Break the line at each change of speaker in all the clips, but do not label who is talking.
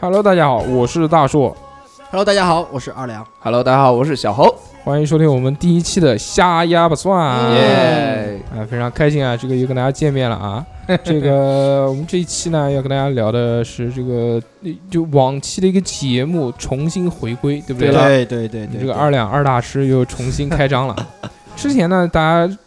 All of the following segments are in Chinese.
Hello，大家好，我是大硕，
Hello，大家好，我是二良。
Hello，大家好，我是小猴。
欢迎收听我们第一期的瞎鸭吧算。
耶、
啊，非常开心啊！这个又跟大家见面了啊！ 这个我们这一期呢，要跟大家聊的是这个就往期的一个节目重新回归，对不对？
对对对
你
对，
这个二两二大师又重新开 张了。之前呢，大家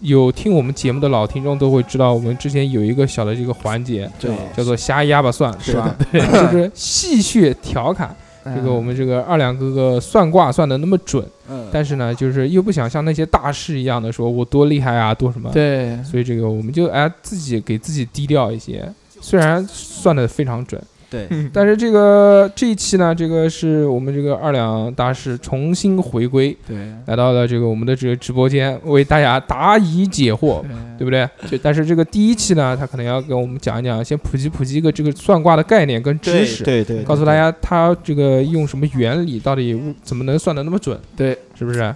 有听我们节目的老听众都会知道，我们之前有一个小的这个环节
对
叫做“瞎鸭吧算”，是吧？对，就是戏谑调侃。这个我们这个二两哥哥算卦算的那么准，
嗯，
但是呢，就是又不想像那些大师一样的说我多厉害啊，多什
哎
么。
对，
所以这个我们就哎自己给自己低调一些，虽然算的非常准，
对
但是这个这一期呢，这个是我们这个二两大师重新回归，
对
来到了这个我们的这个直播间，为大家答疑解惑，对不对？
就
但是这个第一期呢，他可能要跟我们讲一讲，先普及普及一个这个算卦的概念跟知识，
对对，
告诉大家它这个用什么原理，到底怎么能算得那么准，
对，
是不是？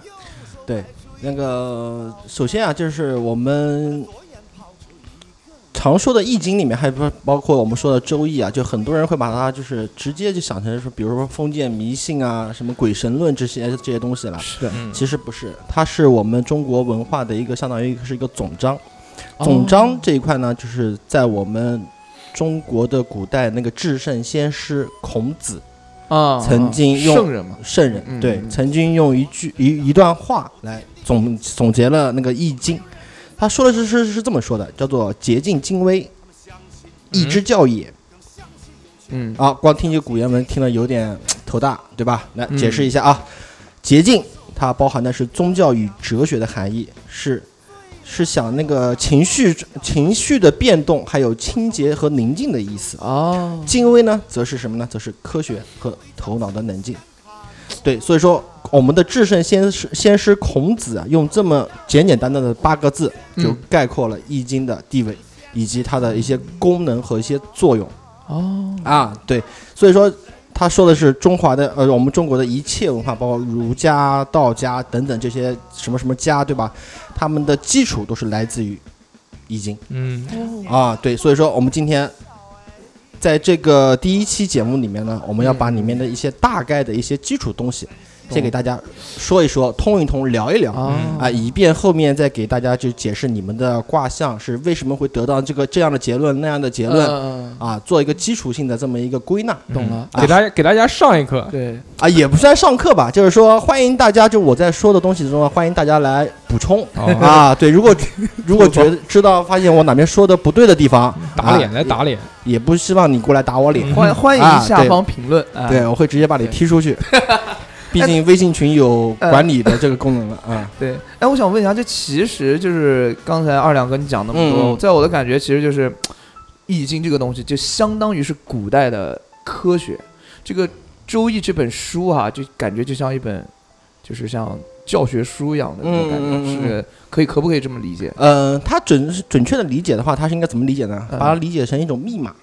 那个，首先啊，就是我们常说的《易经》里面，还包包括我们说的《周易》啊，就很多人会把它就是直接就想成说，比如说封建迷信啊，什么鬼神论这些这些东西了。
是的，
嗯
其实不是，它是我们中国文化的一个相当于一个是一个总章。
哦
总章这一块呢，就是在我们中国的古代那个至圣先师孔子
啊，
曾经用
圣人嘛，
圣人、
嗯
对
嗯
曾经用一句一一段话来总总结了那个《易经》，他说的是是是这么说的，叫做“竭尽精微，易之教也”
嗯
啊，光听这古原文听了有点头大，对吧？来
嗯
解释一下啊，“竭尽”它包含的是宗教与哲学的含义，是是想那个情绪情绪的变动，还有清洁和宁静的意思。啊
哦，
精微呢，则是什么呢？则是科学和头脑的冷静。对，所以说我们的至圣先师先师孔子啊，用这么简简单单的八个字，就
嗯
概括了《易经》的地位以及它的一些功能和一些作用
哦，
啊。对，所以说他说的是中华的呃，我们中国的一切文化，包括儒家、道家等等这些什么什么家，对吧？他们的基础都是来自于《易经》。
嗯，
啊，对，所以说我们今天在这个第一期节目里面呢，我们要把里面的一些大概的一些基础东西，先给大家说一说，通一通，聊一聊。
哦
啊，以便后面再给大家就解释你们的卦象是为什么会得到这个这样的结论那样的结论、
嗯
啊，做一个基础性的这么一个归纳
懂了
嗯给大家给大家上一课，
对，
啊，也不算上课吧，就是说欢迎大家就我在说的东西中啊，欢迎大家来补充
哦，
啊，对，如果如果觉得知道发现我哪边说的不对的地方，
打脸
啊
来打脸，
也不希望你过来打我脸，
欢欢迎
啊
下
对
方评论，嗯啊
对我会直接把你踢出 去。毕竟微信群有管理的这个功能 了啊。
对，哎，我想问一下，这其实就是刚才二两哥你讲那么多，
嗯
在我的感觉，其实就是《易经》这个东西，就相当于是古代的科学。这个《周易》这本书哈、就感觉就像一本，就是像教学书一样的那种感觉，
嗯嗯嗯嗯
是可以可不可以这么理解？
嗯，它准准确的理解的话，它是应该怎么理解呢？
嗯
把它理解成一种密码，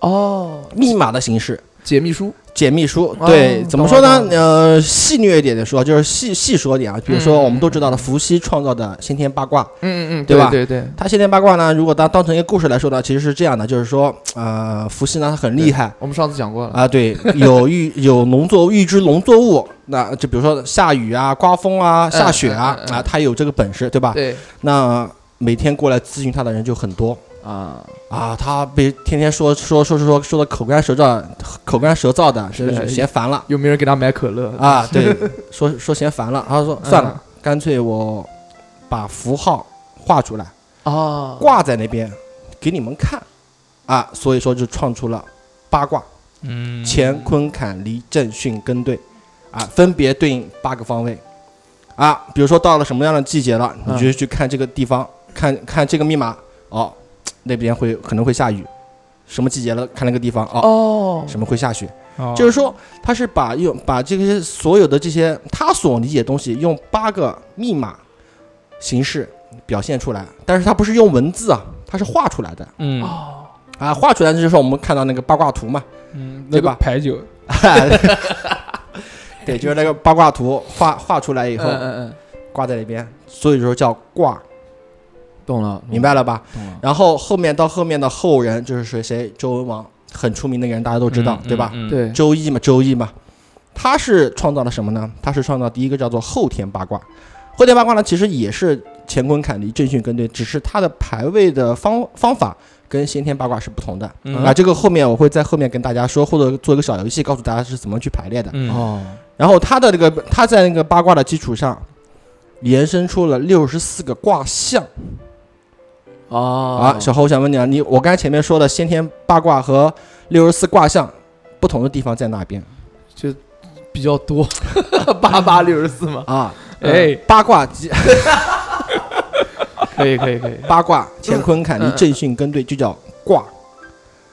哦，
密码的形式，
解密书，
解密书。
哦
对，怎么说呢
懂了？懂
呃，戏谑一点的说，就是细细说点啊。比如说，
嗯
我们都知道的伏羲创造的先天八卦，
嗯嗯嗯，
对吧
对对对，
他先天八卦呢，如果当当成一个故事来说呢，其实是这样的，就是说，呃，伏羲呢他很厉害，
我们上次讲过了。
啊，对，有预有农作物预知农作物，那就比如说下雨啊、刮风啊、下雪啊
嗯嗯，嗯
啊，他有这个本事，对吧？
对
那每天过来咨询他的人就很多
啊，
啊，他被天天说说说说说说的口干舌燥，口干舌燥的，真的
是
是嫌烦了
有没有人给他买可乐？
啊， 对，说说嫌烦了，他说算
嗯
了，干脆我把符号画出来，
啊，
挂在那边给你们看啊，所以说就创出了八卦。
嗯，
乾坤坎离震巽艮兑，啊，分别对应八个方位，啊，比如说到了什么样的季节了，
嗯
你就去看这个地方，看看这个密码，哦，那边会可能会下雨，什么季节了，看那个地方，哦，
哦，
什么会下雪，
哦
就是说他是把用把这些所有的这些他所理解的东西，用八个密码形式表现出来，但是他不是用文字啊，他是画出来的，
嗯
哦，
啊，画出来的就是我们看到那个八卦图嘛。
嗯，那
对
个
吧
牌九，
对，就是那个八卦图画画出来以
嗯
后
嗯嗯，
挂在那边，所以说叫卦，
懂了，
明白了吧？
嗯懂了，
然后后面到后面的后人就是谁谁周文王，很出名的一个人，大家都知道，
嗯
对吧？？
嗯，
对，
周易嘛，周易嘛，他是创造了什么呢？他是创造第一个叫做后天八卦。后天八卦呢，其实也是乾坤坎离震巽艮兑，只是它的排位的方方法跟先天八卦是不同的。
嗯
啊，这个后面我会在后面跟大家说，或者做一个小游戏，告诉大家是怎么去排列的。
嗯，
哦，
然后他的这个他在那个八卦的基础上，延伸出了六十四个卦象。
哦，
啊，小侯，我想问你啊，你我刚才前面说的先天八卦和六十四卦象不同的地方在哪边
比较多， 八八六十四嘛，
啊？
哎，
八卦即，
可以可以可以
八 卦乾坤坎离
嗯嗯
震巽艮兑就叫卦，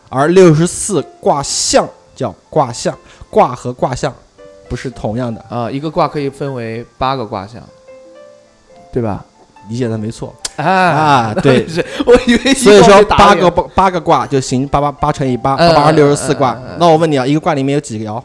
而六十四卦象叫卦象，卦和卦象不是同样的，
啊，一个卦可以分为八个卦象，对吧？
理解的没错。
啊
啊 对
是我以为一
所以
卦
说
被打
八
脸
个八八个卦就行，八八八乘以八，
嗯
八八二
嗯
六十四卦
嗯嗯嗯。
那我问你啊，一个卦里面有几个爻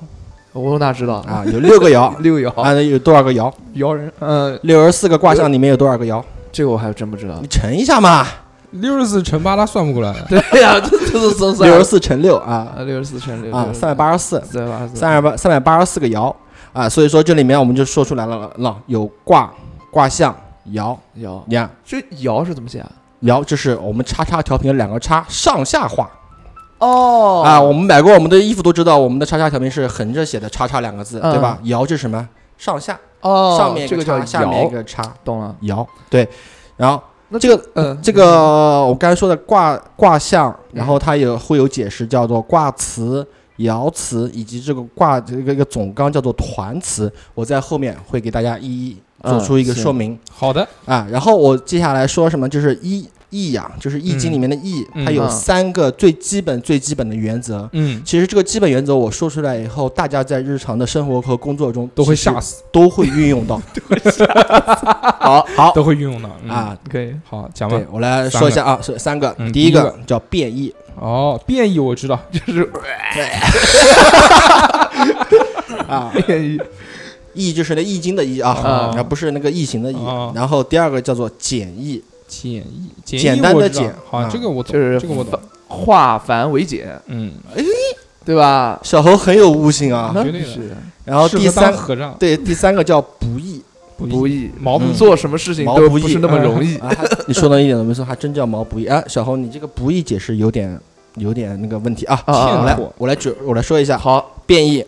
我哪知道。
啊？有六个爻
六爻
啊，那有多少个爻？
爻人，嗯，
六十四个卦象里面有多少个爻？
这个我还真不知道
你。乘一下嘛，
六十四乘八，他算不过来。
对呀，这这是总算
六十四乘六啊
啊，六十四乘六
啊，三百，八十四，
三百八十
三十八三百八十四个爻啊。所以说这里面我们就说出来了了，有卦、卦象、爻，
爻，
你看
这爻是怎么写啊？
爻就是我们叉叉调频有两个叉上下画
哦
啊。我们买过我们的衣服都知道，我们的叉叉调频是横着写的叉叉两个字，对吧？爻就是什么？上下。
哦，
上面一
这
个
个
叉，
叫
下面一
爻
个叉，
懂了。
爻。对，然后
那
这个
嗯，
这个我刚才说的卦卦象，然后它也会有解释，叫做卦辞、爻辞，以及这个卦这个一个总纲叫做团辞。我在后面会给大家一一做
嗯
出一个
行
说明
好的，
啊。然后我接下来说什么，就是一易呀，就是易经里面的易，
嗯
它有
嗯
三个最基本最基本的原则。
嗯，
其实这个基本原则我说出来以后，大家在日常的生活和工作中
都会
其实
吓死，
都会运用到。好好
都会运用到嗯
啊，
可以
好，讲吧
对。我来说一下啊，是三个
嗯，
第一
第一
个叫变异，
哦，变异我知道，
就是
啊，
变异
异就是那易经的易啊
啊，
而不是那个异形的异
啊。
然后第二个叫做简易，
简易，简易
简单的
我知道
简
好，
啊
这个我懂，
就是
这个我懂，
化繁为简，
嗯，
对吧？
小猴很有悟性啊。
那
绝对的
是
然后
适合
第三
当，和尚
对，第三个叫不易
不易，
毛不
嗯
做什么事情
毛
都
不易
不是那么容易。
啊，还你说的一点都没错，还真叫毛不易啊。小猴，你这个不易解释有点有点那个问题啊。
啊啊
我来
啊
我来举我来说一下
好，
变异，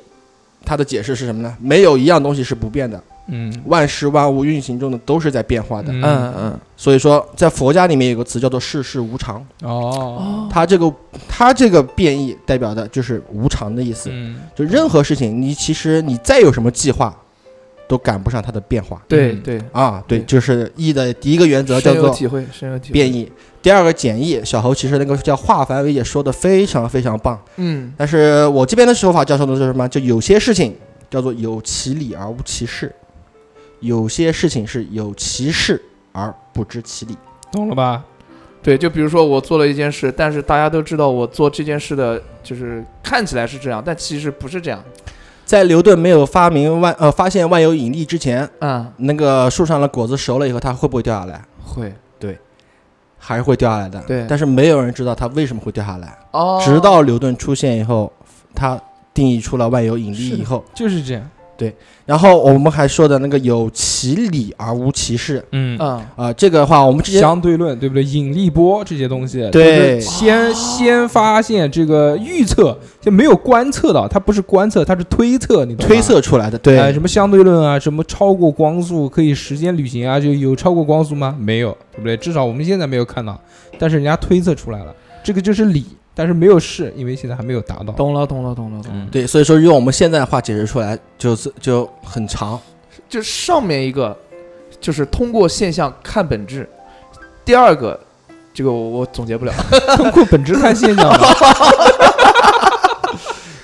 它的解释是什么呢？没有一样东西是不变的，
嗯
万事万物运行中的都是在变化的。
嗯
嗯嗯，
所以说，在佛家里面有个词叫做世事无常，啊
哦，
它这个它这个变异代表的就是无常的意思。
嗯
就任何事情，你其实你再有什么计划，都赶不上它的变化
对
嗯
对，
啊。对，
对
就是易的第一个原则叫
深有
做
体会，深有体会。
变，异。第二个简易，小侯其实那个叫化繁为简说的非常非常棒，
嗯，
但是我这边的说法叫做的是什么？就有些事情叫做有其理而无其事，有些事情是有其事而不知其理。
懂了吧？
对，就比如说我做了一件事，但是大家都知道我做这件事的，就是看起来是这样，但其实不是这样。
在牛顿没有发明万呃发现万有引力之前，
嗯，
那个树上的果子熟了以后，它会不会掉下来？
会
还是会掉下来的。
对
但是没有人知道它为什么会掉下来，
哦，
直到牛顿出现以后，他定义出了万有引力
是的
以后，
就是这样，
然后我们还说的那个有其理而无其事
嗯，
嗯，
啊、这个的话我们之前
相对论对不对？引力波这些东西，
对
就是先先发现这个预测，就没有观测到，它不是观测，它是推测，你懂吗
推。测出来的，
呃，
对
什么相对论啊，什么超过光速可以时间旅行啊，就有超过光速吗？没有，对不对？至少我们现在没有看到，但是人家推测出来了，这个就是理，但是没有试，因为现在还没有达到。
懂了，懂了，懂了，懂了。
嗯，
对，所以说用我们现在的话解释出来就是就很长，
就上面一个就是通过现象看本质，第二个这个我我总结不了。
通过本质看现象 嘛。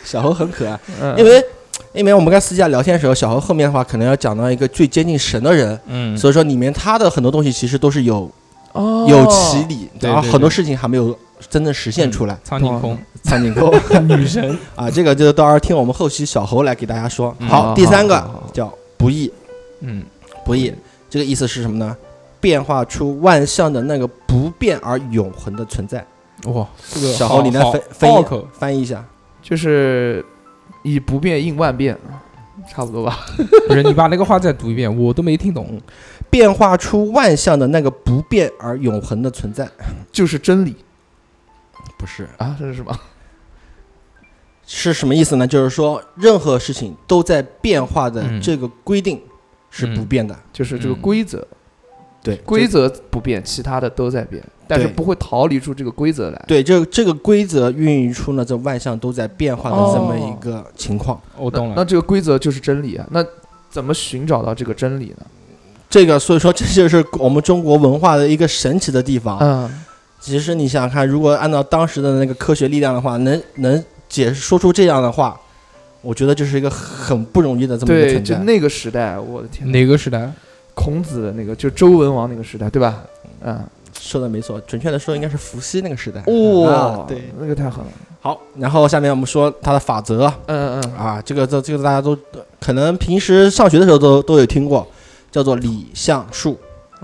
小猴很可爱，
嗯，
因为因为我们刚私下聊天的时候，小猴后面的话可能要讲到一个最接近神的人。
嗯
所以说，里面他的很多东西其实都是有
哦
有其理，
对
然后
对
很多
对嗯
事情还没有真正实现出来。
苍井空
苍井空，
女神，
啊，这个就到时候听我们后期小侯来给大家说。
嗯
好，
好
第三
好
个
好好
叫不易，
嗯，
不易，这个意思是什么呢？变化出万象的那个不变而永恒的存在。
哇，这个
小
好
侯，你来
好
翻翻
拗
译
口，
翻译一下，
就是以不变应万变，差不多吧。
不是你把那个话再读一遍，我都没听
嗯
懂。
变化出万象的那个不变而永恒的存在，
就是真理
不是
啊，这是什么？
是什么意思呢？就是说任何事情都在变化的
嗯
这个规定是不变的，
就是这个
嗯
规则，
对
规则不变，其他的都在变，但是
对
不会逃离出这个规则来。
对，这这个规则孕育出了这万象都在变化的这么一个情况。
我懂
那
了，
这个规则就是真理啊，那怎么寻找到这个真理呢？
这个所以说这就是我们中国文化的一个神奇的地方。
嗯，
其实你想想看，如果按照当时的那个科学力量的话，能能解释说出这样的话，我觉得这是一个很不容易的这么一个
对，
存
就
在。
那个时代，我的天，
哪个时代？
孔子的那个，就周文王那个时代，对吧？嗯，
说的没错，准确的说应该是伏羲那个时代。
哇
啊，对，
嗯那个太狠了。
好，然后下面我们说它的法则啊
嗯嗯，
啊，这个这这个大家都可能平时上学的时候都都有听过，叫做理象数，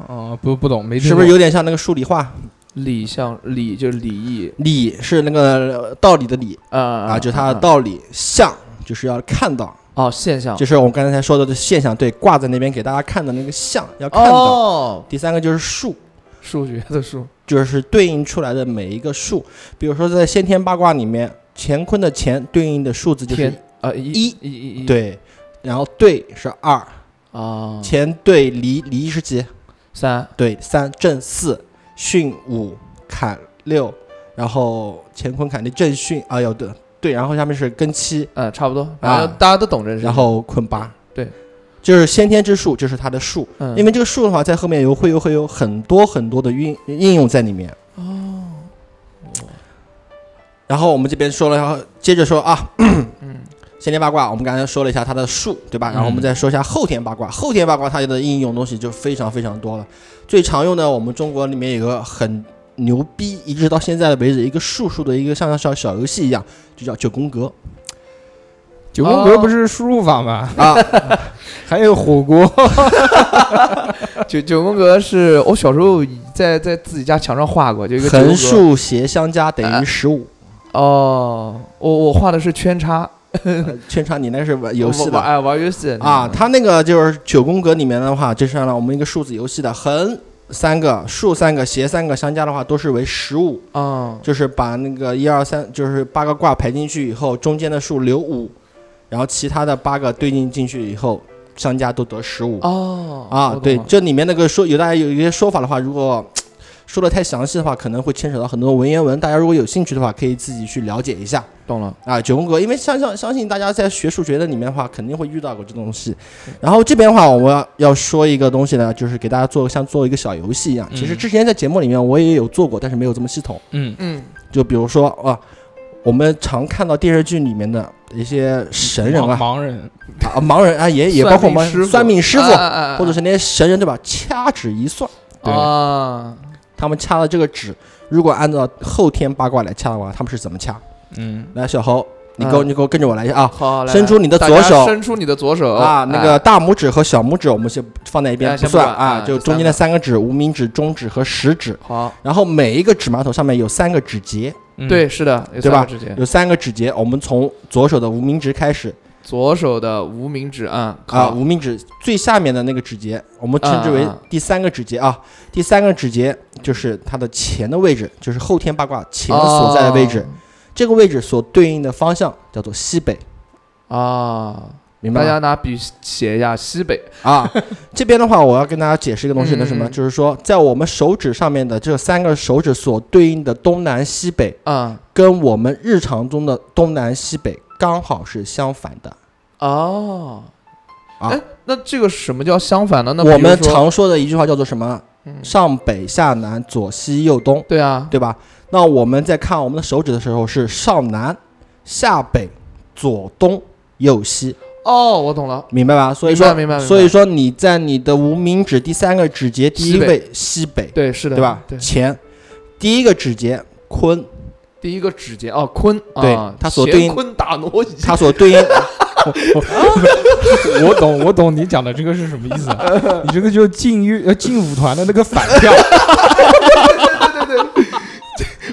哦，不不懂，没听
是不是
过
有点像那个数理化？
理像理就是礼义
理是那个呃道理的理
啊
啊，
啊
就是它的
啊
道理，象就是要看到，
哦现象
就是我们刚才说的这现象，对，挂在那边给大家看的那个象要看到。
哦，
第三个就是数，
数学的数
就是对应出来的每一个数，比如说在先天八卦里面，乾坤的乾对应的数字就是
天啊一
一
一一一
对，然后兑是二，
啊
乾兑离离是几？
三
对，三震四，巽五坎六，然后乾坤坎离震巽啊，有的对，然后下面是庚七，
嗯差不多，反正大家都懂这是。
啊然后坤八，
对，
就是先天之数，就是它的数，
嗯
因为这个数的话，在后面有会有会有很多很多的运应用在里面。哦。然后我们这边说了，然后接着说啊，
嗯
先天八卦，我们刚才说了一下它的数，对吧？然后我们再说一下后天八卦。后天八卦它的应用东西就非常非常多了。最常用的，我们中国里面有个很牛逼，一直到现在为止一个数数的一个像小小游戏一样，就叫九宫格
九宫格不是输入法吗？
哦 啊。
还有火锅，
九九宫格是我小时候在在自己家墙上画过，就一个九宫格
横竖斜相加等于十五。
哦，我我画的是圈叉
圈叉，你那是玩游戏
玩
的
哎玩游戏的那
啊？
种
它那个就是九宫格里面的话，就是按照我们一个数字游戏的横三个、竖三个、斜三个相加的话，都是为十五。
嗯
就是把那个一二三，就是八个卦排进去以后，中间的数留五，然后其他的八个对应进去以后，相加都得十五。
哦我
啊，
懂
对，
了
这里面那个说有大家有一些说法的话，如果说的太详细的话，可能会牵扯到很多文言文，大家如果有兴趣的话，可以自己去了解一下。
懂了，
啊，九宫格，因为相相相信大家在学数学的里面的话，肯定会遇到过这东西。然后这边的话，我们要要说一个东西呢，就是给大家做像做一个小游戏一样。其实
嗯
之前在节目里面我也有做过，但是没有这么系统。
嗯，
嗯
就比如说啊，我们常看到电视剧里面的一些神人
盲
啊，
盲人，
啊盲人啊，也也
算
包括我
命师
们
傅
算命师傅，
啊啊啊
或者是那些神人对吧？掐指一算，
对
啊
他们掐了这个指，如果按照后天八卦来掐的话，他们是怎么掐？
嗯，
来，小侯，你跟我
嗯
你给我跟着我来一下啊。
好，来
伸出你的
大
左
家
手
伸出你的左手
啊，那个大拇指和小拇指我们先放在一边
哦哎
不
先
算
不管
啊，
啊
就
就
中间的三个指，无名指、中指和食指。
好，
然后每一个指码头上面有三个指节，
嗯，
对，是的，有
对吧
三个指节
有三个指节，我们从左手的无名指开始，
左手的无名指啊，
啊，
好
无名指最下面的那个指节，我们称之为
啊啊
第三个指节啊。第三个指节就是它的钱的位置，就是后天八卦钱所在的位置。
哦
这个位置所对应的方向叫做西北，
哦啊。
明白
大
吗？
家拿笔写一下西北
啊，这边的话，我要跟大家解释一个东西，
嗯
那什么，
嗯
就是说，在我们手指上面的这三个手指所对应的东南西北，
啊
跟我们日常中的东南西北刚好是相反的。
哦，
啊
哎，那这个什么叫相反呢？那
我
比如
们
说
常说的一句话叫做什么？
嗯
上北下南，左西右东。
对啊，
对吧？那我们在看我们的手指的时候是上南、下北、左东、右西，
哦，我懂了，
明白吧？所以
明白
说，
明白明白
所以说你在你的无名指第三个指节第一位西北，
对，是的，
对吧？
对，
前第一个指节 坤，
第一个指节哦，坤，
对
啊
它所对应
乾坤大挪移，
它所对应
我懂，我懂你讲的这个是什么 意思啊？你这个就劲乐呃劲舞团的那个反跳，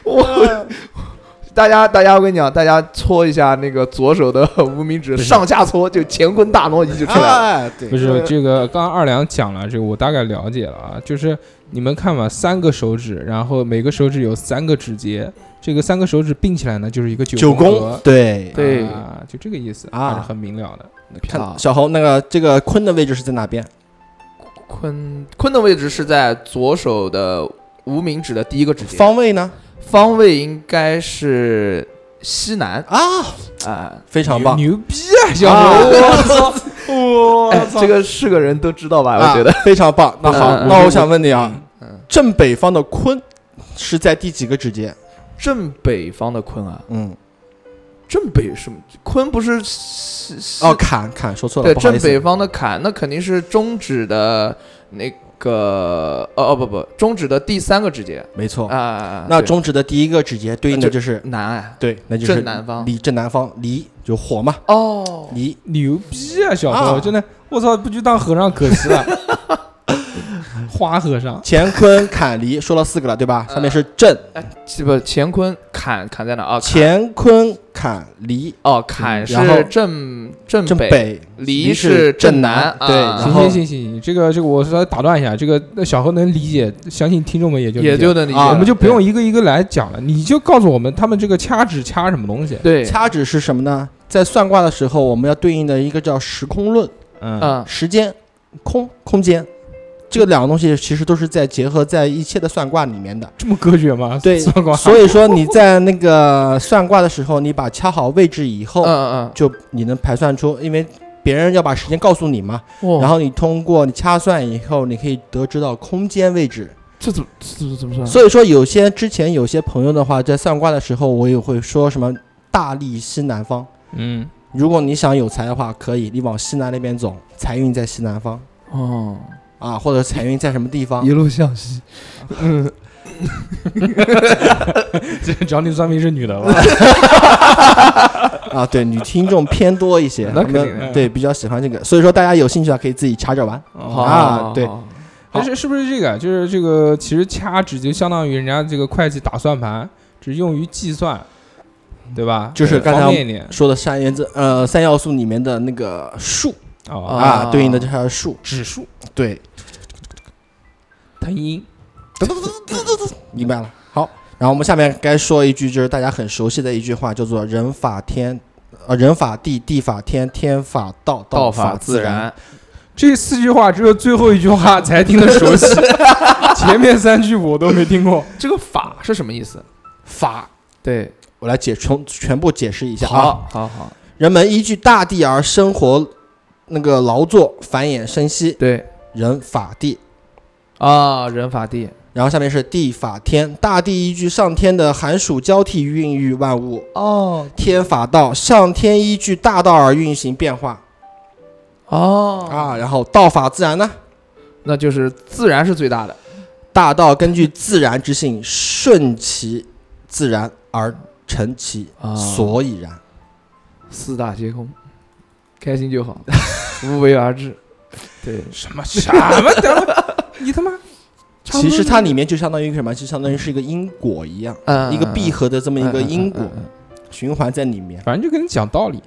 我我大家大家，我跟你讲，大家搓一下那个左手的 无名指，
不是
上下搓就乾坤大挪移就出来了。
哎，对，
不是这个，刚刚二两讲了，这个我大概了解了啊，就是你们看嘛，三个手指，然后每个手指有三个指节，这个三个手指并起来呢，就是一个
九宫
宫，
对，
对
啊，就这个意思
啊
还是很明了的。
啊
看小侯那个这个坤的位置是在哪边？
坤坤的位置是在左手的无名指的第一个指节，
方位呢？
方位应该是西南
啊，
啊。
非常棒，
牛牛逼啊，小
啊
猴！
哇
哎，这个是个人都知道吧？我觉得
啊、非常棒。那好，
嗯
那我想问你啊，
嗯
正北方的坤是在第几个指节？
正北方的坤啊，
嗯，
正北什么？坤不是西西
哦，坎坎说错了，
对，
不好
正
意
北
思。
方的坎，那肯定是中指的那个，哦哦不不，中指的第三个指节
没错。
啊。
哦那
对
中指的第一个指节对应的就是
南哎，
对，那就是
正南方
离正南方离就火嘛，
哦，
离
牛逼啊，小猴！
啊
真的，我操，不去当和尚可惜了， 花和尚。
乾坤坎离说了四个了，对吧？
嗯
上面是正，
这不乾坤坎坎在哪啊？坎
乾坤坎离
哦，坎
嗯然后
是正正
正
嗯北，
北，是
离是
正
正
南
南，
对
啊
然
行
后
行行行，行，这个这个我稍微打断一下，这个那小何能理解，相信听众们也就理解
也就能理解
啊
了，
我们就不用
对
一个一个来讲了，你就告诉我们他们这个掐指掐什么东西。
对，
掐指是什么呢？在算卦的时候，我们要对应的一个叫时空论，
嗯，
嗯，
时间、空、空间，这两个东西其实都是在结合在一切的算卦里面的。
这么科学吗？
对
算卦。
所以说你在那个算卦的时候，你把掐好位置以后，
嗯嗯
就你能盘算出，因为别人要把时间告诉你嘛，
嗯，哇
然后你通过你掐算以后，你可以得知到空间位置。
这怎么这怎么怎么
嗯
算？
所以说，有些之前有些朋友的话，在算卦的时候，我也会说什么大力西南方。
嗯，
如果你想有财的话，可以你往西南那边走，财运在西南方
哦，
啊，或者财运在什么地方
一路向西，
这 只要你算命是女的 吧？
啊？对，女听众偏多一些，
那
他
肯定啊
们
的
对比较喜欢这个，所以说大家有兴趣啊，可以自己查着玩。
好
好，
啊对，
好
但是是不是这个？啊就是这个，其实掐指就相当于人家这个会计打算盘，只用于计算，对吧？
就是刚才
方便一点
说的三原则，呃，三要素里面的那个数
啊，
啊，
啊
对应的就是它的数。
指数、
对，
藤阴，
明白了。好，然后我们下面该说一句，就是大家很熟悉的一句话，叫做“人法天，呃，人法地，地法天，天法道，
道
法
法自
然
然。
这四句话只有最后一句话才听得熟悉， 前面三句我都没听过。
这个法是什么意思？”
法，
对，
我来解从全部解释一下啊。
好好好，
人们依据大地而生活，那个劳作、繁衍、生息，
对
人法地。
啊，人法地
然后下面是地法天，大地依据上天的寒暑交替孕育万物；
哦
天法道，上天依据大道而运行变化
哦
啊。然后道法自然呢，
那就是自然是最大的。
大道根据自然之性，顺其自然而成其
啊
所以然。
四大皆空，开心就好，无为 而治。对，
什么什么？等会儿你他妈！差不
其
多
实
就
它里面就相当于什么？就相当于是一个因果一样，
嗯，
一个闭合的这么一个
嗯嗯
因果
嗯嗯
循环在里面。
反正就跟你讲道理，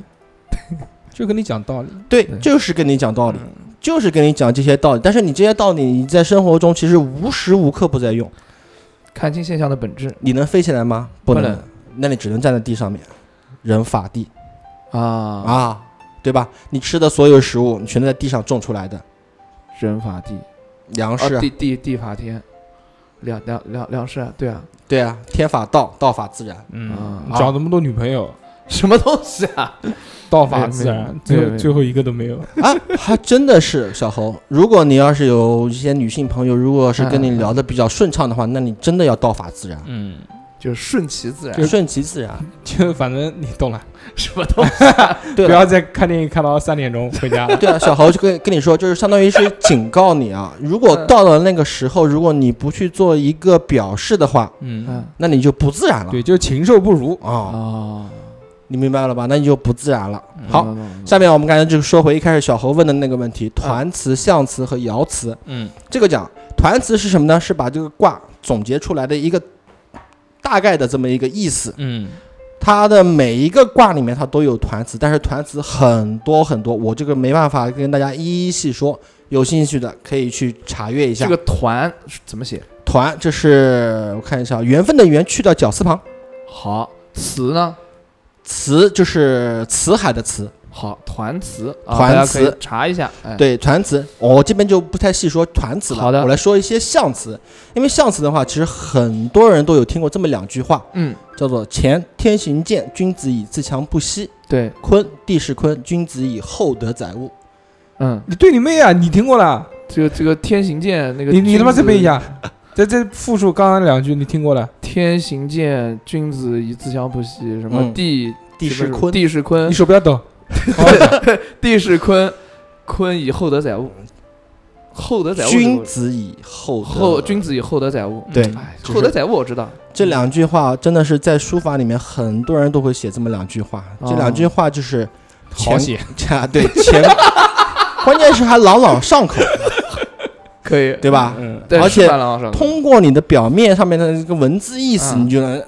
就跟你讲道理。
对，
对嗯
就是跟你讲道理，就是跟你讲这些道理。但是你这些道理，你在生活中其实无时无刻不在用。
嗯看清现象的本质
你能飞起来吗？不
不
能
能，
那你只能站在地上面，人法地
啊，
啊，对吧？你吃的所有食物，你全都在地上种出来的
人法地，
粮食
啊，
啊，
地地地法天，两两两两世啊，对啊，
对啊，天法道，道法自然。
嗯
啊，
你找那么多女朋友，
什么东西啊？
道法自然，
没有没有没有
最
没
后
有
最后一个都没有。
啊，还真的是小侯。如果你要是有一些女性朋友，如果是跟你聊的比较顺畅的话，那你真的要道法自然，
嗯，
就是顺其自然
就，
顺其自然。
就反正你懂了，
什么东西？
对啊
不
了，
要再看电影看到三点钟回家 了。
对啊，小侯就跟跟你说，就是相当于是警告你啊，如果到了那个时候，如果你不去做一个表示的话，
嗯，
嗯
那你就不自然了。
对，就禽兽不如。
啊、
哦，
你明白了吧？那你就不自然了。好，
懂了，懂了
下面我们刚才就说回一开始小侯问的那个问题：
啊
团词、象词和爻词。
嗯
这个讲团词是什么呢？是把这个卦总结出来的一个大概的这么一个意思。
嗯，
它的每一个卦里面它都有团词，但是团词很多很多，我这个没办法跟大家一一细说。有兴趣的可以去查阅一下。
这个团是怎么写？
团，这是我看一下，缘分的缘去掉绞丝旁，
好，词呢？
词就是辞海的辞。
好，团词啊，
团
大家可以
词
查一下。哎，
对团词，我这边就不太细说团词了。
好的
我来说一些象词，因为象词的话，其实很多人都有听过这么两句话，
嗯，
叫做“乾天行健，君子以自强不息；
对，
坤地势坤，君子以厚德载物。
嗯，
你对你妹啊！你听过了？
这个这个天行健那个
你你他妈再
这么
背一下，再再复述刚刚那两句，你听过了？
天行健，君子以自强不息。什么
嗯
地
地势
什么
坤，
地势坤
你，手不要抖。
地势坤，坤以厚德载物。厚德载物这个，
君子以厚德
厚君子以厚德载物。
对
哎，
就是
厚德载物我知道。
这两句话真的是在书法里面，很多人都会写这么两句话。
哦
这两句话就是
好写，
啊，对前， 关键是还朗朗上口，
可以，
对吧？
嗯，
对，
而且
是板廊上的
通过你的表面上面的这个文字意思，
嗯
你就能嘖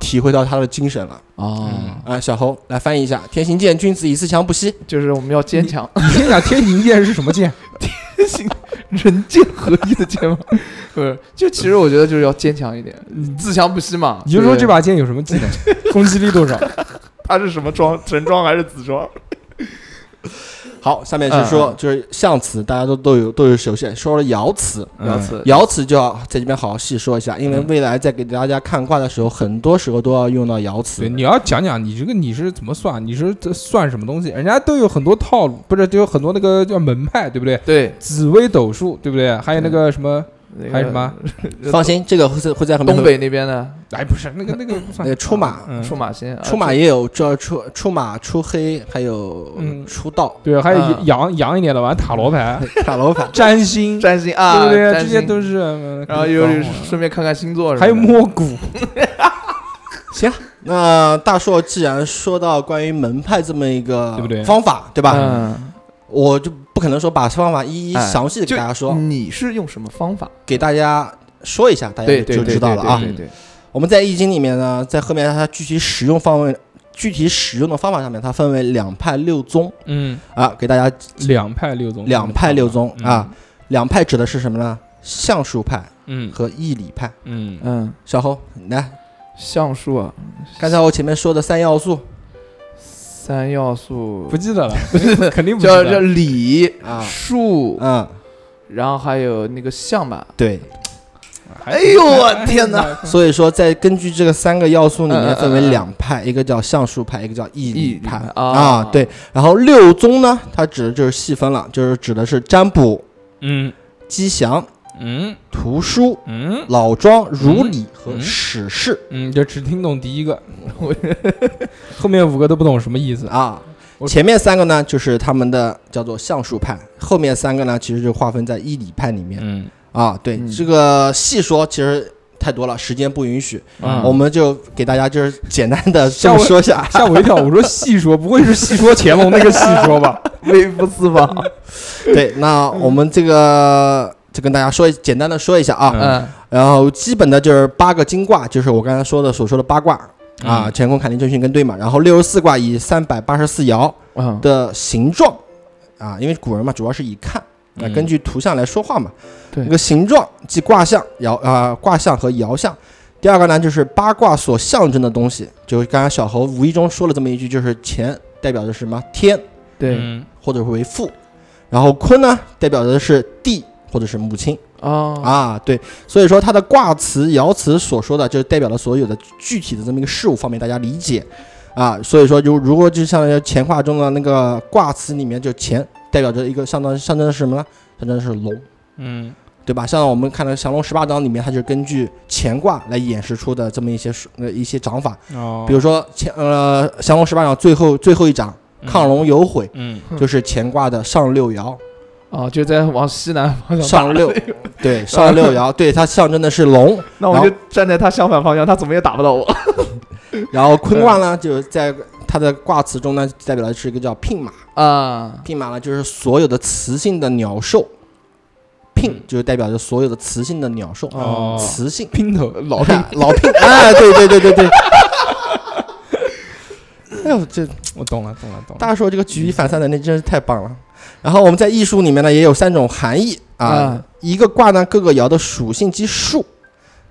体会到他的精神了。
哦，
啊，小侯来翻译一下：天行健，君子以自强不息。
就是我们要坚强，
你先讲天行健是什么健？
人剑合一的剑吗？不是，就其实我觉得就是要坚强一点，自强不息嘛。
你就说这把剑有什么技能， 攻击力多少？
他是什么装，神装还是紫装？
好，下面是说、
嗯
就是象词，大家都都有都有熟悉。说了爻辞，
嗯
爻辞，
爻辞就要在这边好好细说一下，因为未来在给大家看卦的时候，很多时候都要用到爻辞
对，。你要讲讲你这个你是怎么算，你是这算什么东西？人家都有很多套路，不是都有很多那个叫门派，对不对？
对，
紫微斗数，对不对？还有那个什么，
那
还有
个
什么？
放心，这个会在会在后面
东北那边的
哎，不是那个那个不
那
算
个出马，
嗯
出马仙，
出马
啊
也有这出出马、出黑，还有
嗯
出道、
对，还有
嗯
洋洋一点的玩塔罗牌、。
塔罗牌
占星，
就
对
占星啊，
不对？
占
这些
星
都是。嗯
然后又
可以帮我
顺便看看星座什么的，
还有摸骨，
行，那大硕既然说到关于门派这么一个
对不对
方法，对吧？
嗯，
我就不可能说把方法一一
哎
详细的给
就
大家说，
你是用什么方法？
给大家说一下，
哎
大家
对对
就
对，
知道了啊
对。对对，对
我们在易经里面呢，在后面它具体使用方位。具体使用的方法上面，它分为两派六宗
嗯，
啊，给大家
两派六宗，
两派六宗
嗯
啊，，两派指的是什么呢？象数派
嗯
和易理派。
嗯，
嗯，
小侯，来，
橡树啊，
刚才我前面说的三要素
三要素
不记得了， 肯定不记
叫
得
叫
了，
礼
啊
树，
嗯，
然后还有那个象吧。
对，
哎呦我天哪！
哪！
所以说在根据这个三个要素里
嗯嗯
面
嗯
分为
嗯
两派，一个叫象数派，一个叫易
易
理
理
派
派
啊
啊，
对。然后六宗呢，它指的就是细分了，就是指的是占卜、
嗯
吉祥、
嗯
图书、
嗯
老庄、儒理和
嗯
史事
嗯，就只听懂第一个，我后面五个都不懂什么意思。
啊。
我
前面三个呢，就是他们的叫做象数派，后面三个呢，其实就划分在易理派里面
嗯，
啊。对，
嗯
这个细说其实太多了，时间不允许，
嗯
我们就给大家就是简单的这
下
么
回
说一下。
吓我一跳，我说细说，不会是细说乾隆那个细说吧？
微 不私访。
对，那我们这个就跟大家说一，简单的说一下啊，
嗯，
然后基本的就是八个金卦，就是我刚才说的所说的八卦。啊，
嗯
乾坤坎离震巽艮兑嘛，然后六十四卦以三百八十四爻
嗯，
的形状，啊，因为古人嘛，主要是以看，那、
嗯
根据图像来说话嘛。
对
一个形状即卦象、爻啊、卦象和爻象。第二个呢，就是八卦所象征的东西，就是刚刚小侯无意中说了这么一句，就是乾代表的是什么天，
嗯
对
或者为父，然后坤呢代表的是地或者是母亲
啊，
啊，对，所以说它的卦辞、爻辞所说的，就是代表了所有的具体的这么一个事物方面，大家理解啊。所以说，就如果就像乾卦中的那个卦辞里面，就乾代表着一个相当象征的是什么呢？象征的是龙，
嗯
对吧？像我们看的《降龙十八掌》里面，它就是根据乾卦来演示出的这么一些术呃一些掌法，
哦
比如说乾呃《降龙十八掌》最后最后一掌亢，龙有悔，
嗯
嗯
就是乾卦的上六爻，
哦，就在往西南 方向。
上六，对，上六爻，对，它象征的是龙。
那我就站在他相反方向，他怎么也打不到我。
然后坤卦呢，就是在它的卦辞中呢，代表的是一个叫聘马，
啊，
聘马呢就是所有的雌性的鸟兽，聘就是代表着所有的雌性的鸟兽，
哦
雌性
姘头
老
老姘，
老聘啊，对对对对对。哎呦，这
我懂了，懂了，懂了。
大硕这个举一反三能力真是太棒了。然后我们在艺术里面呢，也有三种含义啊，
嗯
一个卦呢各个爻的属性及数，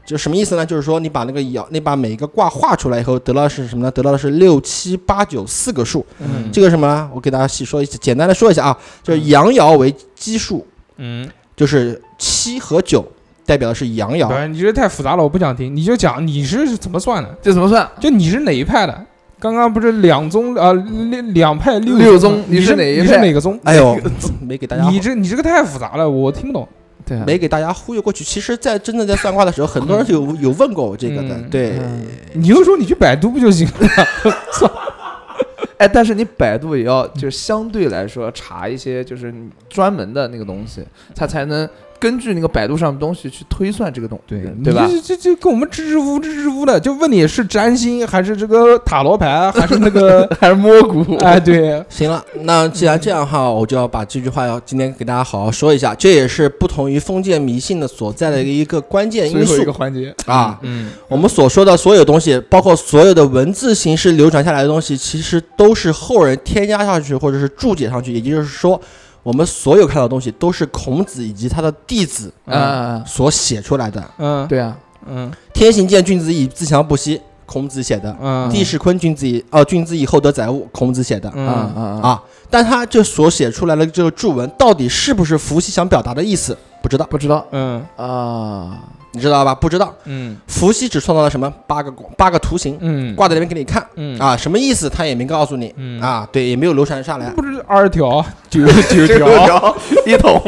就什么意思呢？就是说你把那个爻，你把每一个卦画出来以后，得到的是什么呢？得到的是六七八九四个数。
嗯
这个什么呢？我给大家细说一下，简单的说一下啊，就是阳爻为奇数，
嗯，
就是七和九代表的是阳爻。
对，你这太复杂了，我不想听。你就讲你是怎么算的，
这怎么算？
就你是哪一派的？刚刚不是两宗呃两两派六
六
宗
宗
吗，
你
你
是哪一
你是
派
哪个宗？
哎 呦，没给大家好
你这你这个太复杂了，我听不懂。
对啊，
没给大家忽悠过去。其实，在真正在算卦的时候，很多人有有问过我这个的，
嗯
对，
嗯
你就说你去百度不就行了？
哎，但是你百度也要就是相对来说查一些就是你专门的那个东西，它才能根据那个百度上的东西去推算这个东
对
对吧？
这这这跟我们支支吾支支吾的，就问你是占星还是这个塔罗牌啊还是那个
还是摸骨？
哎对，
行了，那既然这样哈，我就要把这句话要今天给大家好好说一下，这也是不同于封建迷信的所在的一个关键因
最后
素
一个环节，
啊。
嗯
我们所说的所有东西，包括所有的文字形式流传下来的东西，其实都是后人添加上去或者是注解上去，也就是说。我们所有看到的东西都是孔子以及他的弟子
啊，
所写出来的。
嗯
对啊，
嗯
天行健，君子以自强不息，孔子写的。
嗯，
地势坤，君子以哦、君子以厚德载物，孔子写的、
啊
嗯
啊啊，
啊。但他这所写出来的这个注文，到底是不是伏羲想表达的意思，不知道，
不知道
嗯
啊，
你知道吧？不知道。
嗯
伏羲只创造了什么八个八个图形，
嗯
挂在那边给你看
嗯
啊，什么意思他也没告诉你
嗯
啊，对，也没有流传
哎
下来。
不是二十条九十九条，
条一桶，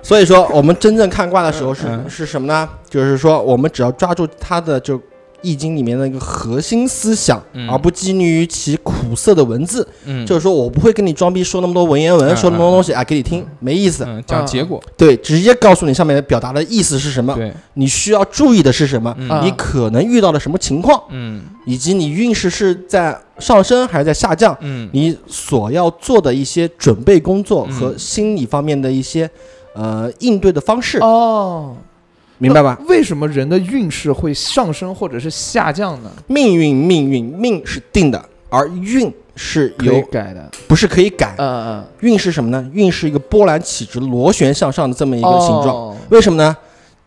所以说，我们真正看卦的时候是
嗯
是什么呢？就是说，我们只要抓住它的就《易经》里面的一个核心思想，
嗯
而不拘泥于其苦涩的文字，
嗯
就是说我不会跟你装逼说那么多文言文，
嗯
说那么多东西啊，给你听没意思。
嗯讲结果
对，直接告诉你上面表达的意思是什
嗯
么，
对，
你需要注意的是什么，
啊
嗯
你可能遇到了什么情况，
嗯
以及你运势是在上升还是在下降，
嗯
你所要做的一些准备工作
嗯
和心理方面的一些呃应对的方式，
哦，
明白吧？
那为什么人的运势会上升或者是下降呢？
命运，命运，命是定的，而运是
可以
由
改的，
不是可以改，
嗯嗯，
运是什么呢？运是一个波澜起伏、螺旋向上的这么一
一
个形状。
状，
为什么呢？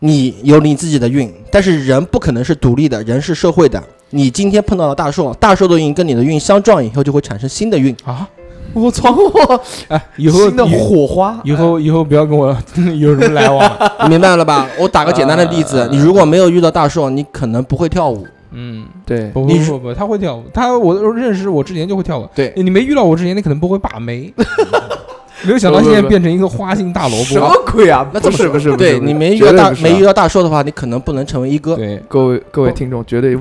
你有你自己的运，但是人不可能是独立的，人是社会的。你今天碰到了大寿，大寿的运跟你的运相撞以后，就会产生新的运。
啊，
我操，我
哎，以后
新的
以
火花，
以后以后不要跟我 有什么来往了，
你明白了 吧？我打个简单的例子
啊，
你如果没有遇到大寿，你可能不会跳舞。
嗯。
对，
不
你
不
是
不不，他会跳舞，他我认识我之前就会跳舞。
对
你没遇到我之前，你可能不会把 妹。没有想到现在变成一个花心大萝
什
卜。
么鬼啊？
那怎
不
么
是
说
不是，
对你没遇到大没遇
到
到大寿的话，你可能不能成为一哥。
对，
啊各位各位听众，绝对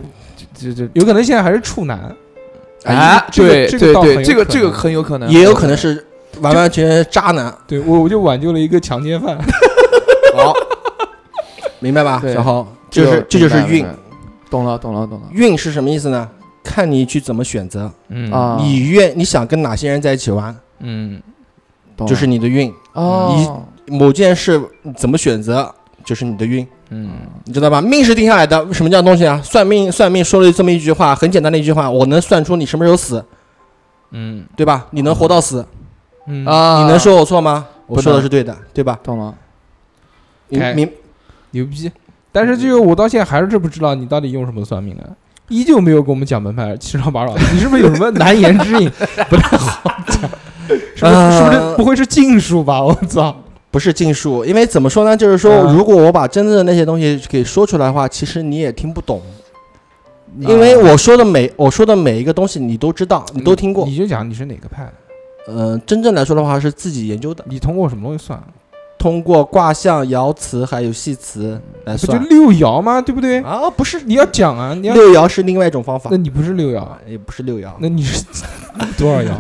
这这
有可能现在还是处男。
哎
啊，
这个
对
这个
对
倒很
对，
有
这个
可
这个
能
很有可能，
也有可能是完完全全渣男。
对我我就挽救了一个强奸犯。
好，明白吧，
对
小豪？
这
就
个
是这就是
明白
运。
明白懂了懂了懂了
运是什么意思呢？看你去怎么选择，
嗯
啊，
你愿你想跟哪些人在一起玩，
嗯
懂了
就是你的运。
哦，
某件事怎么选择，就是你的运，
嗯
你知道吧？命是定下来的，什么叫东西啊？算命，算命说了这么一句话，很简单的一句话，我能算出你什么时候死，
嗯
对吧？你能活到死，
嗯
啊，
你能说我错吗？
不
我说的
能
是对的，对吧？
懂了
你
哎
明
牛逼！但是这个我到现在还是不知道你到底用什么算命的，依旧没有给我们讲门派七绕八绕，你是不是有什么难言之隐不太好讲？是不是是不
呃
是不会是禁术吧？我操！
不是禁术，因为怎么说呢？就是说，
嗯
如果我把真正的那些东西给说出来的话，其实你也听不懂，
啊
因为我说的每我说的每一个东西你都知道，你都听过。
你就讲你是哪个派的，
嗯，真正来说的话是自己研究的，
你通过什么东西算？
呃通过卦象、爻辞还有系辞来
不就
算。
六爻吗？对不对？
啊，不是，
你要讲啊，哦你要，
六爻是另外一种方法啊
那，你不是六爻，啊
也不是六爻。
那你 是 多少爻？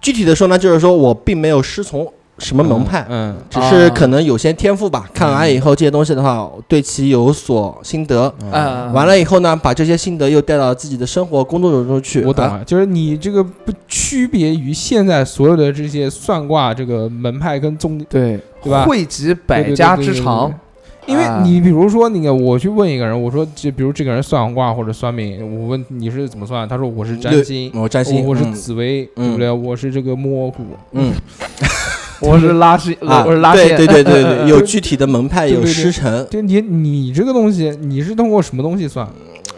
具体的说呢，就是说我并没有师从什么门派，
嗯，
只是
啊
可能有些天赋吧。看完以后这些东西的话，对其有所心得。
嗯
啊，
完了以后呢，把这些心得又带到自己的生活、工作中去。
嗯我懂
啊
了，就是你这个不区别于现在所有的这些算卦这个门派跟宗，
对
对吧
汇集
对
百家之长，。
对对对对对因
啊
为你比如说那个，我去问一个人，我说这比如这个人算卦或者算命，我问你是怎么算，他说我是占星，
我占
我
星，
我是
嗯
紫薇，对不对？我是这个摸骨，
嗯
我是拉西，
啊，
我是拉
对
线，
对对对
嗯 嗯
对，有具体的门派，
对对
有
对
师承。
就你你这个东西，你是通过什么东西算？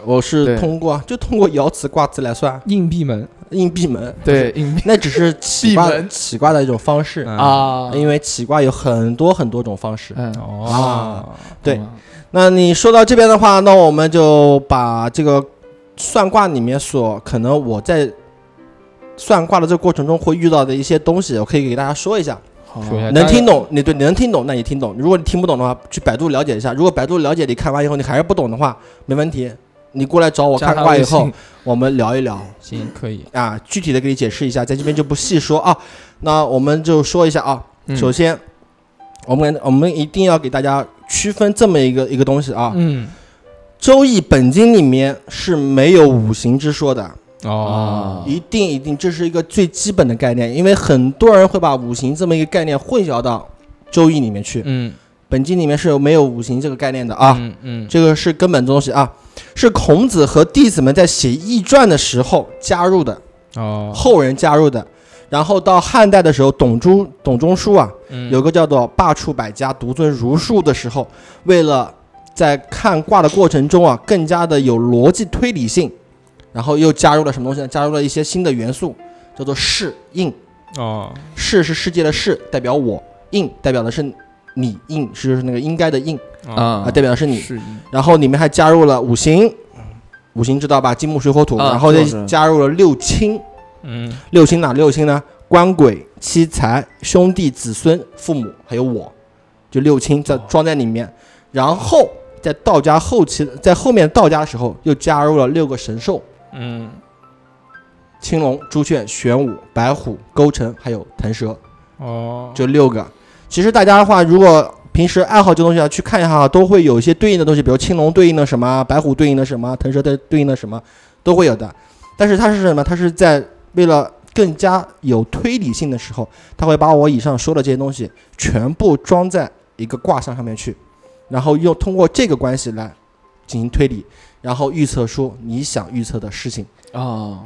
我
对
是通过啊就通过爻辞卦辞来算
硬币门
硬币门，
对硬币
那只是起
闭
卦
门
起卦的一种方 式，
嗯哎
啊，
因为起卦有很多很多种方式。
嗯，
哦，
对
懂了
那你说到这边的话，那我们就把这个算卦里面所可能我在算卦的这个过程中会遇到的一些东西，我可以给大家说一下。
好
说一下
能听懂，你对你能听懂，那你听懂；如果你听不懂的话，去百度了解一下。如果百度了解你看完以后你还是不懂的话，没问题，你过来找我
加
看
他
卦以
微信
后，我们聊一聊。
行，可以，
啊，具体的给你解释一下，在这边就不细说啊。那我们就说一下啊，
嗯
首先，我们我们一定要给大家区分这么一个一个东西啊，
嗯，
周易》本经》里面是没有五行之说的，
哦
啊，
一定一定，这是一个最基本的概念，因为很多人会把五行这么一个概念混淆到《周易》里面去，
嗯
本经》里面是没有五行这个概念的啊，
嗯嗯，
这个是根本东西啊，是孔子和弟子们在写《易传》的时候加入的。
哦，
后人加入的。然后到汉代的时候，董仲董仲舒啊，
嗯
有个叫做“罢黜百家，独尊儒术”的时候，为了在看卦的过程中啊，更加的有逻辑推理性，然后又加入了什么东西呢？加入了一些新的元素，叫做世应。
哦，
世是世界的世，代表我；应代表的是你，应是就是那个应该的应
啊，
啊
啊，代表的是你。
是
然后里面还加入了五行，五行知道吧？金木水火土，
啊
然后
知
再
道知道
加入了六亲。
嗯
六亲哪六亲呢？官鬼、妻财、兄弟、子孙、父母，还有我，就六亲在装在里面。然后在道家后期，在后面道家的时候，又加入了六个神兽：
嗯，
青龙、朱雀、玄武、白虎、勾陈，还有腾蛇，
哦，
就六个。其实大家的话，如果平时爱好这东西啊，去看一下啊，都会有一些对应的东西，比如青龙对应的什么，啊白虎对应的什么，腾蛇对对应的什么，都会有的。但是它是什么？它是在为了更加有推理性的时候，它会把我以上说的这些东西全部装在一个卦象上面去，然后用通过这个关系来进行推理，然后预测出你想预测的事情，
啊，
哦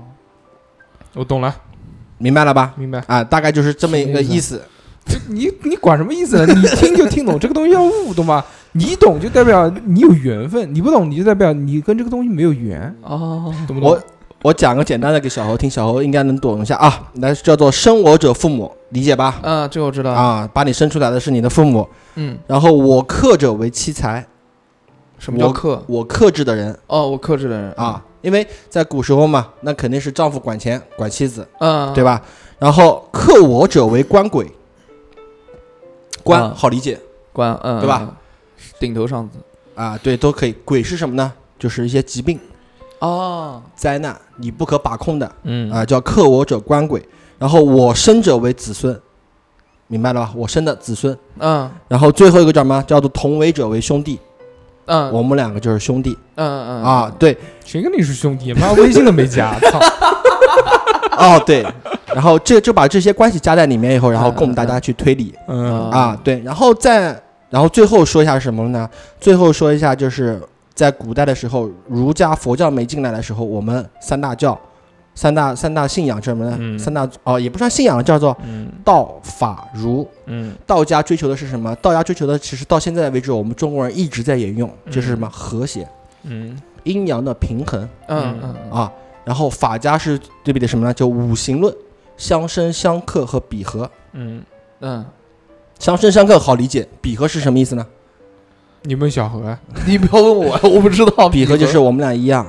我懂了，
明白了吧？
明白。
啊，大概就是这么一
什
个
么意
意思。
这你你管什么意思呢？你听就听懂，这个东西要悟，懂吗？你懂就代表你有缘分，你不懂你就代表你跟这个东西没有缘，
哦，
懂不懂
我？我讲个简单的给小侯听，小侯应该能懂一下啊。那叫做生我者父母，理解吧？
嗯，这个我知道，
啊，把你生出来的是你的父母，
嗯，
然后我克者为妻财，
什么叫
我
克？
我克制的人
哦，我克制的人，
啊，因为在古时候嘛，那肯定是丈夫管钱管妻子，
啊
嗯，
对吧？然后克我者为官鬼，
啊
啊
官好理解
官，嗯，
对吧
嗯？顶头上司
啊，对，都可以。鬼是什么呢？就是一些疾病、
哦，
灾难，你不可把控的
嗯
啊，叫克我者官鬼。然后我生者为子孙，明白了吧？我生的子孙。
嗯
然后最后一个叫什么？叫做同为者为兄弟，
嗯，
我们两个就是兄弟
嗯嗯
啊。，对，
谁跟你是兄弟？妈，微信都没加， 操！
啊哦对，然后这就把这些关系加在里面以后，然后供大家去推理
嗯
啊。对，然后再然后最后说一下什么呢？最后说一下就是在古代的时候，儒家、佛教没进来的时候，我们三大教、三大三大信仰是什么呢？
嗯
三大哦也不算信仰，叫做
嗯
道、法、儒。
嗯
道家追求的是什么？道家追求的其实到现在为止，我们中国人一直在沿用，就是什么和谐、
嗯
阴阳的平衡。
嗯嗯
啊，然后法家是对比的什么呢？就五行论，相生相克和比合。
嗯，
嗯，
相生相克好理解，比合是什么意思呢？
你们小何啊，
你不要问我， 我不知道
比合就是我们俩一样，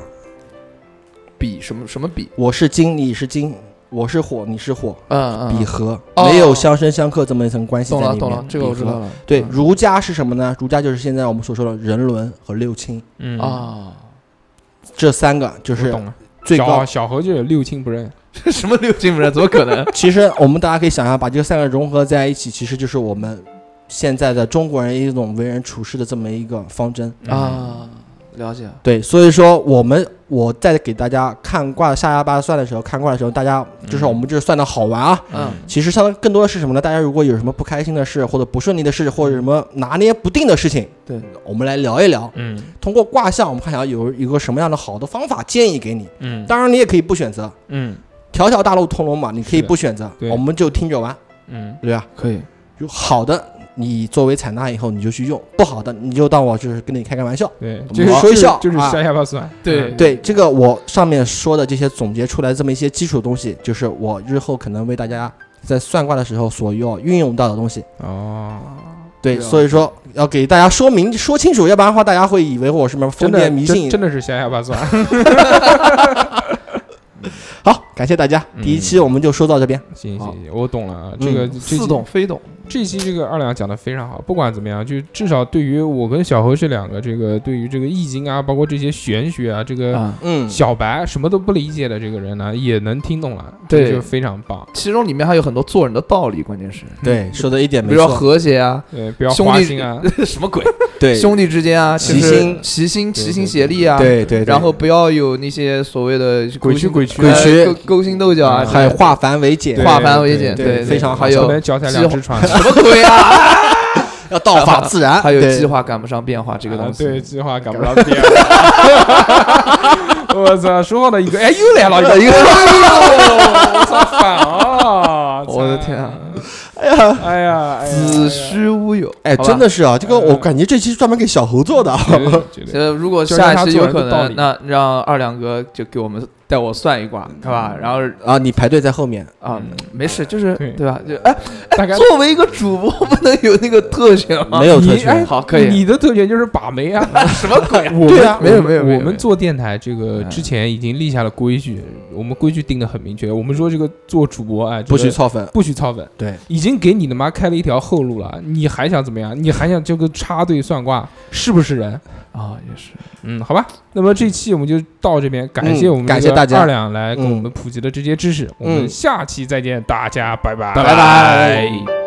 比什么什么比，
我是金，你是金，我是火，你是火，
嗯嗯，
比合
哦
没有相生相克这么一层关系在
懂
里
了
面。
懂了，这个我
比
知
合
道了，
对，
嗯
儒家是什么呢？儒家就是现在我们所说的人伦和六亲
嗯，
啊，
这三个，就
我
是
懂了，
最高
小。小何就有六亲不认，
什么六亲不认？怎么可能？
其实我们大家可以想象，把这三个融合在一起，其实就是我们现在的中国人一种为人处事的这么一个方针。
嗯
啊，了解。
对，所以说我们我在给大家看卦下下巴算的时候，看卦的时候，大家就是
嗯
我们就是算的好玩啊。
嗯，
其实相当更多的是什么呢？大家如果有什么不开心的事，或者不顺利的事，或者什么拿捏不定的事情，
对，
我们来聊一聊。
嗯
通过卦象，我们看想有一个什么样的好的方法建议给你。
嗯
当然，你也可以不选择，
嗯
条条大路通罗马，你可以不选择
对，
我们就听着玩，
嗯
对吧？
可以。
有好的，你作为采纳以后你就去用；不好的，你就当我就是跟你开开玩笑。
对，
我
就
们
是
说一笑
就是
啊
瞎下巴算，
对
嗯
对这个我上面说的这些总结出来这么一些基础东西，就是我日后可能为大家在算卦的时候所要运用到的东西。
哦，
对，
对啊
所以说要给大家说明说清楚，要不然的话大家会以为我是什么封
真的
建迷
真
信
真。的是瞎下巴 算。
好，感谢大家，第一期我们就说到这边。
行行
好
行，我懂了啊，
嗯
这个这
似
期
懂非懂。
这一期这个二两讲的非常好，不管怎么样，就至少对于我跟小何这两个，这个对于这个易经啊，包括这些玄学啊，这个
啊，
嗯，
小白什么都不理解的这个人呢，也能听懂了，
对
这就非常棒。
其中里面还有很多做人的道理，关键是，
对，说的一点
比
没
如说
错。
和谐啊，
对，不要
兄
花
弟呃
心啊，
什么鬼？
对，
兄弟之间啊，
齐
就是
心
齐心，
对
齐
对
心协力啊。
对对，对
然后不要有那些所谓的
鬼
勾心
区鬼区
呃
鬼区
勾勾心斗角啊，
还有
对
化繁为简
对，
化繁为简，
对
对，
非常好
还
小
有
白脚踩两只 船。
什么鬼啊？
要道法自然。
还有
对
计划赶不上变化这个东西。
啊对，计划赶不 上变化。 我操，说好的一个，哎，又来了一个，
一个
我操，反啊！
我的天啊
哎呀，哎呀，哎呀，
子虚乌有，
哎，
好吧
真。的是啊，这个我感觉这期是专门给小猴做的啊。
绝对，绝对
呃，如果
就让
下
他
一期
做
有
人
可
的道
能，
理
那让二两哥就给我们带我算一卦，是吧？然后
啊，你排队在后面，
啊，没事，就是
对
对吧？就哎，
大概
作为一个主播，不能有那个特权吗？
没有特
你哎
权。
好，可以。
你的特权就是把妹啊。
什么鬼？
我
对
们
啊
我
没有
们
没有没
我
有没
们
有
做电台这个
嗯
之前已经立下了规矩，我们规矩定的很明确。我们说这个做主播，哎，这
不
个
许操粉，
不许操粉，
对，
已经给你他妈开了一条后路了，你还想怎么样？你还想这个插队算卦，是不是人？
啊，也是。
嗯，好吧，那么这期我们就到这边，感谢
嗯
我们
感
这个
谢大家
二两来给我
嗯
们普及的这些知识，我们
嗯
下期再见，大家拜拜，
拜拜
拜